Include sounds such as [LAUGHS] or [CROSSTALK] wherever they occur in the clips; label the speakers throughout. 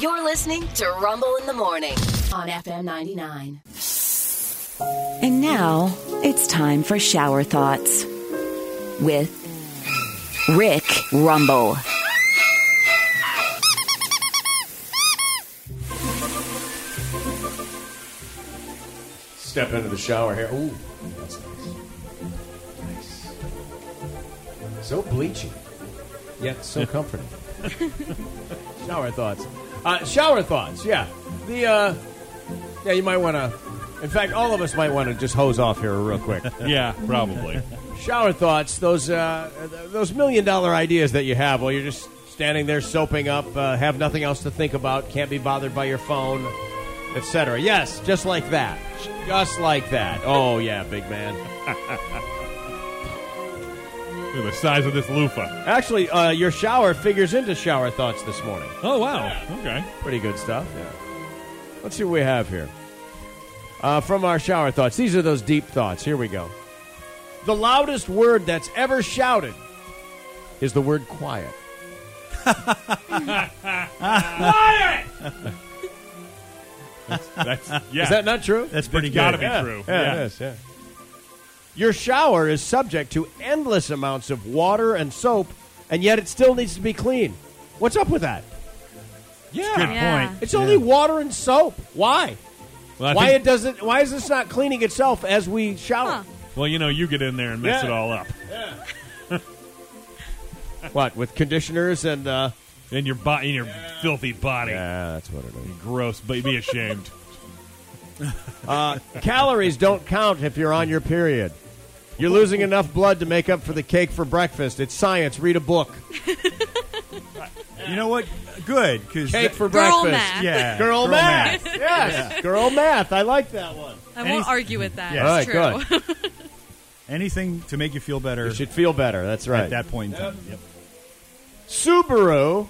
Speaker 1: You're listening to Rumble in the Morning on FM 99.
Speaker 2: And now it's time for shower thoughts with Rick Rumble.
Speaker 3: Step into the shower here. Ooh, that's nice. Nice. So bleachy, yet so comforting. shower thoughts. Uh, shower thoughts. Yeah. The uh, yeah, you might want to. In fact, all of us might want to just hose off here real quick.
Speaker 4: Yeah, probably.
Speaker 3: Shower thoughts. Those uh, th- those million dollar ideas that you have while you're just standing there soaping up, uh, have nothing else to think about, can't be bothered by your phone, etc. Yes, just like that. Just like that. Oh yeah, big man.
Speaker 4: Look at the size of this loofah.
Speaker 3: Actually, uh, your shower figures into shower thoughts this morning.
Speaker 4: Oh wow. Okay.
Speaker 3: Pretty good stuff. Yeah. Let's see what we have here. Uh, from our shower thoughts. These are those deep thoughts. Here we go. The loudest word that's ever shouted is the word quiet. quiet!
Speaker 4: That's yeah.
Speaker 3: Is that not true?
Speaker 5: That's pretty
Speaker 4: That's gotta
Speaker 5: good.
Speaker 4: be
Speaker 3: yeah.
Speaker 4: true.
Speaker 3: Yeah,
Speaker 4: Yeah.
Speaker 3: it is. Yeah. Your shower is subject to endless amounts of water and soap, and yet it still needs to be clean. What's up with that?
Speaker 4: yeah.
Speaker 5: Good
Speaker 6: Yeah.
Speaker 5: point.
Speaker 3: It's only water and soap. Why?
Speaker 4: Well, I
Speaker 3: why
Speaker 4: think-
Speaker 3: it doesn't? Why is this not cleaning itself as we shower?
Speaker 4: well, you know, you get in there and mess
Speaker 3: Yeah.
Speaker 4: it all up.
Speaker 3: What with conditioners and? uh
Speaker 4: In your body, in your filthy body.
Speaker 3: Yeah, that's what it is.
Speaker 4: Gross, but be ashamed.
Speaker 3: Calories don't count if you're on your period. You're losing enough blood to make up for the cake for breakfast. It's science. Read a book.
Speaker 5: You know what? Good because
Speaker 3: Cake for
Speaker 6: Girl
Speaker 3: breakfast.
Speaker 6: math.
Speaker 5: yeah,
Speaker 3: Girl, math. Yes. Girl math. I like that one.
Speaker 6: [LAUGHS] I
Speaker 5: Any-
Speaker 6: won't argue with that.
Speaker 5: Yeah.
Speaker 6: It's
Speaker 3: All
Speaker 6: true.
Speaker 3: right,
Speaker 5: Anything to make you feel better
Speaker 3: You should feel better. That's right.
Speaker 5: at that point in time. Yep.
Speaker 3: Subaru,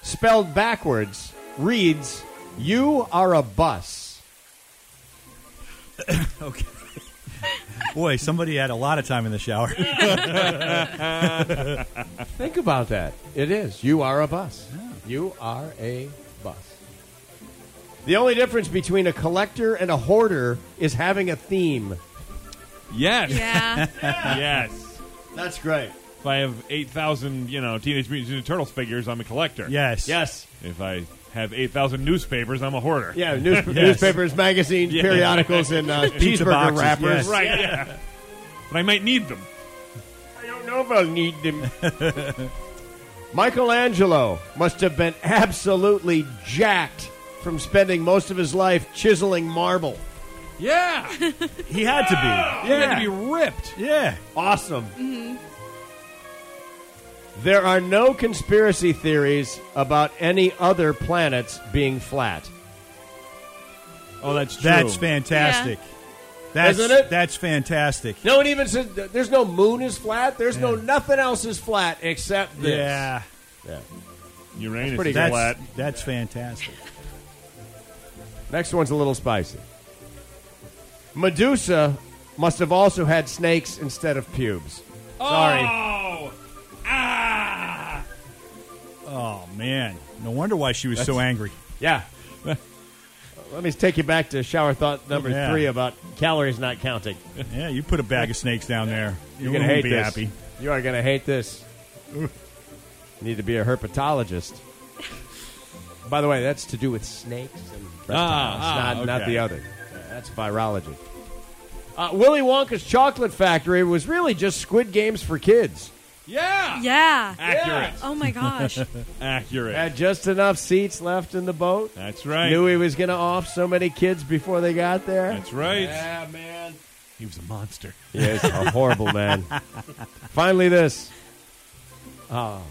Speaker 3: spelled backwards, reads, You are a bus.
Speaker 5: Okay. Boy, somebody had a lot of time in
Speaker 3: [LAUGHS]
Speaker 5: the shower.
Speaker 3: Think about that. It is. You are a bus. You are a bus. The only difference between a collector and a hoarder is having a theme.
Speaker 4: yes.
Speaker 6: yeah.
Speaker 4: Yes.
Speaker 3: That's great.
Speaker 4: If I have eight thousand, you know, Teenage Mutant Ninja Turtles figures, I'm a collector.
Speaker 5: yes.
Speaker 3: Yes.
Speaker 4: If I have eight thousand newspapers, I'm a hoarder.
Speaker 3: Yeah, [LAUGHS] news- newspapers, magazines,
Speaker 4: Yeah.
Speaker 3: periodicals, and uh,
Speaker 5: Pizza
Speaker 3: cheeseburger
Speaker 5: boxes,
Speaker 3: wrappers.
Speaker 5: yes.
Speaker 4: Right. Yeah. but I might need them.
Speaker 3: I don't know if I'll need them. [LAUGHS] Michelangelo must have been absolutely jacked from spending most of his life chiseling marble.
Speaker 4: Yeah. yeah.
Speaker 5: He had to be.
Speaker 4: They had to be ripped.
Speaker 5: Yeah.
Speaker 3: Awesome.
Speaker 4: Mm-hmm.
Speaker 3: There are no conspiracy theories about any other planets being flat.
Speaker 4: Oh, that's true.
Speaker 5: That's fantastic. That's,
Speaker 3: Isn't it?
Speaker 5: That's fantastic.
Speaker 3: No one even says there's no moon is flat. There's no nothing else is flat except this.
Speaker 5: Yeah.
Speaker 4: Uranus
Speaker 3: pretty
Speaker 4: is
Speaker 3: good.
Speaker 4: flat.
Speaker 5: That's, that's fantastic.
Speaker 3: Next one's a little spicy. Medusa must have also had snakes instead of pubes. Sorry.
Speaker 4: Oh. Ah.
Speaker 5: Oh, man. No wonder why she was so angry.
Speaker 3: Yeah. [LAUGHS] Let me take you back to shower thought number
Speaker 5: Yeah.
Speaker 3: three about calories not counting.
Speaker 5: Yeah, you put a bag of snakes down there.
Speaker 3: You're
Speaker 5: You're
Speaker 3: going to
Speaker 5: wouldn't
Speaker 3: hate
Speaker 5: be
Speaker 3: this.
Speaker 5: happy.
Speaker 3: You are going to hate this. [LAUGHS] You need to be a herpetologist. By the way, that's to do with snakes and reptiles,
Speaker 4: Ah, ah,
Speaker 3: not, not
Speaker 4: okay.
Speaker 3: the other. Uh, That's virology. Uh, Willy Wonka's Chocolate Factory was really just Squid Games for kids.
Speaker 4: Yeah.
Speaker 6: Yeah.
Speaker 4: Accurate.
Speaker 6: Oh
Speaker 3: [LAUGHS]
Speaker 6: my gosh.
Speaker 4: Accurate.
Speaker 3: Had just enough seats left in the boat.
Speaker 4: That's right.
Speaker 3: Knew he was going to off so many kids before they got there.
Speaker 4: That's right.
Speaker 3: man.
Speaker 4: He was a monster.
Speaker 3: Yes, a horrible man. Finally, this. Oh.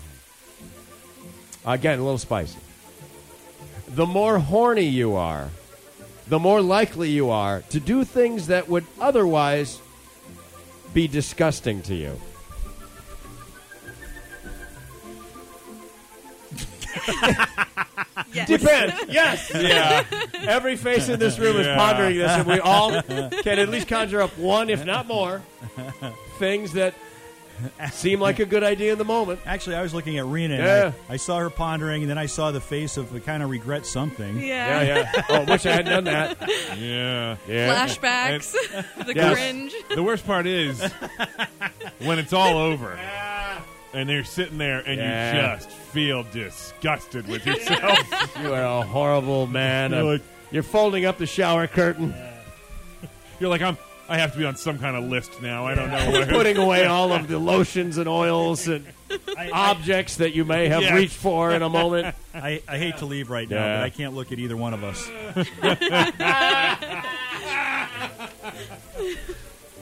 Speaker 3: Again, a little spicy. The more horny you are, the more likely you are to do things that would otherwise be disgusting to you.
Speaker 6: Yes.
Speaker 3: Depend. Yes.
Speaker 4: Yeah.
Speaker 3: [LAUGHS] Every face in this room is
Speaker 4: Yeah.
Speaker 3: pondering this, and we all can at least conjure up one, if not more, things that Seemed like a good idea in the moment.
Speaker 5: Actually, I was looking at Rena. And
Speaker 3: Yeah.
Speaker 5: I, I saw her pondering, and then I saw the face of I kind of regret something.
Speaker 3: Yeah, yeah. [LAUGHS] Oh, wish I hadn't done that.
Speaker 4: Yeah.
Speaker 3: Yeah.
Speaker 6: Flashbacks, [LAUGHS] the
Speaker 3: Yeah.
Speaker 6: cringe.
Speaker 4: The worst part [LAUGHS] is when it's all over and they're sitting there and you
Speaker 3: Yeah.
Speaker 4: just feel disgusted [LAUGHS] with yourself.
Speaker 3: [LAUGHS] You are a horrible man.
Speaker 4: You're
Speaker 3: I'm-
Speaker 4: like-
Speaker 3: you're folding up the shower
Speaker 4: [LAUGHS]
Speaker 3: curtain,
Speaker 4: You're like, I'm. I have to be on some kind of list now. I don't [LAUGHS] know where.
Speaker 3: putting away all of the lotions and oils and objects that you may have
Speaker 4: Yes.
Speaker 3: reached for in a
Speaker 4: [LAUGHS]
Speaker 3: moment.
Speaker 5: I, I hate to leave right now,
Speaker 3: Yeah.
Speaker 5: but I can't look at either one of us.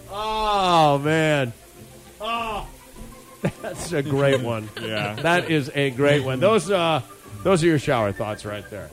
Speaker 3: Oh man.
Speaker 4: Ah.
Speaker 3: Oh. That's a great one.
Speaker 4: Yeah.
Speaker 3: That is a great one. Those uh those are your shower thoughts right there.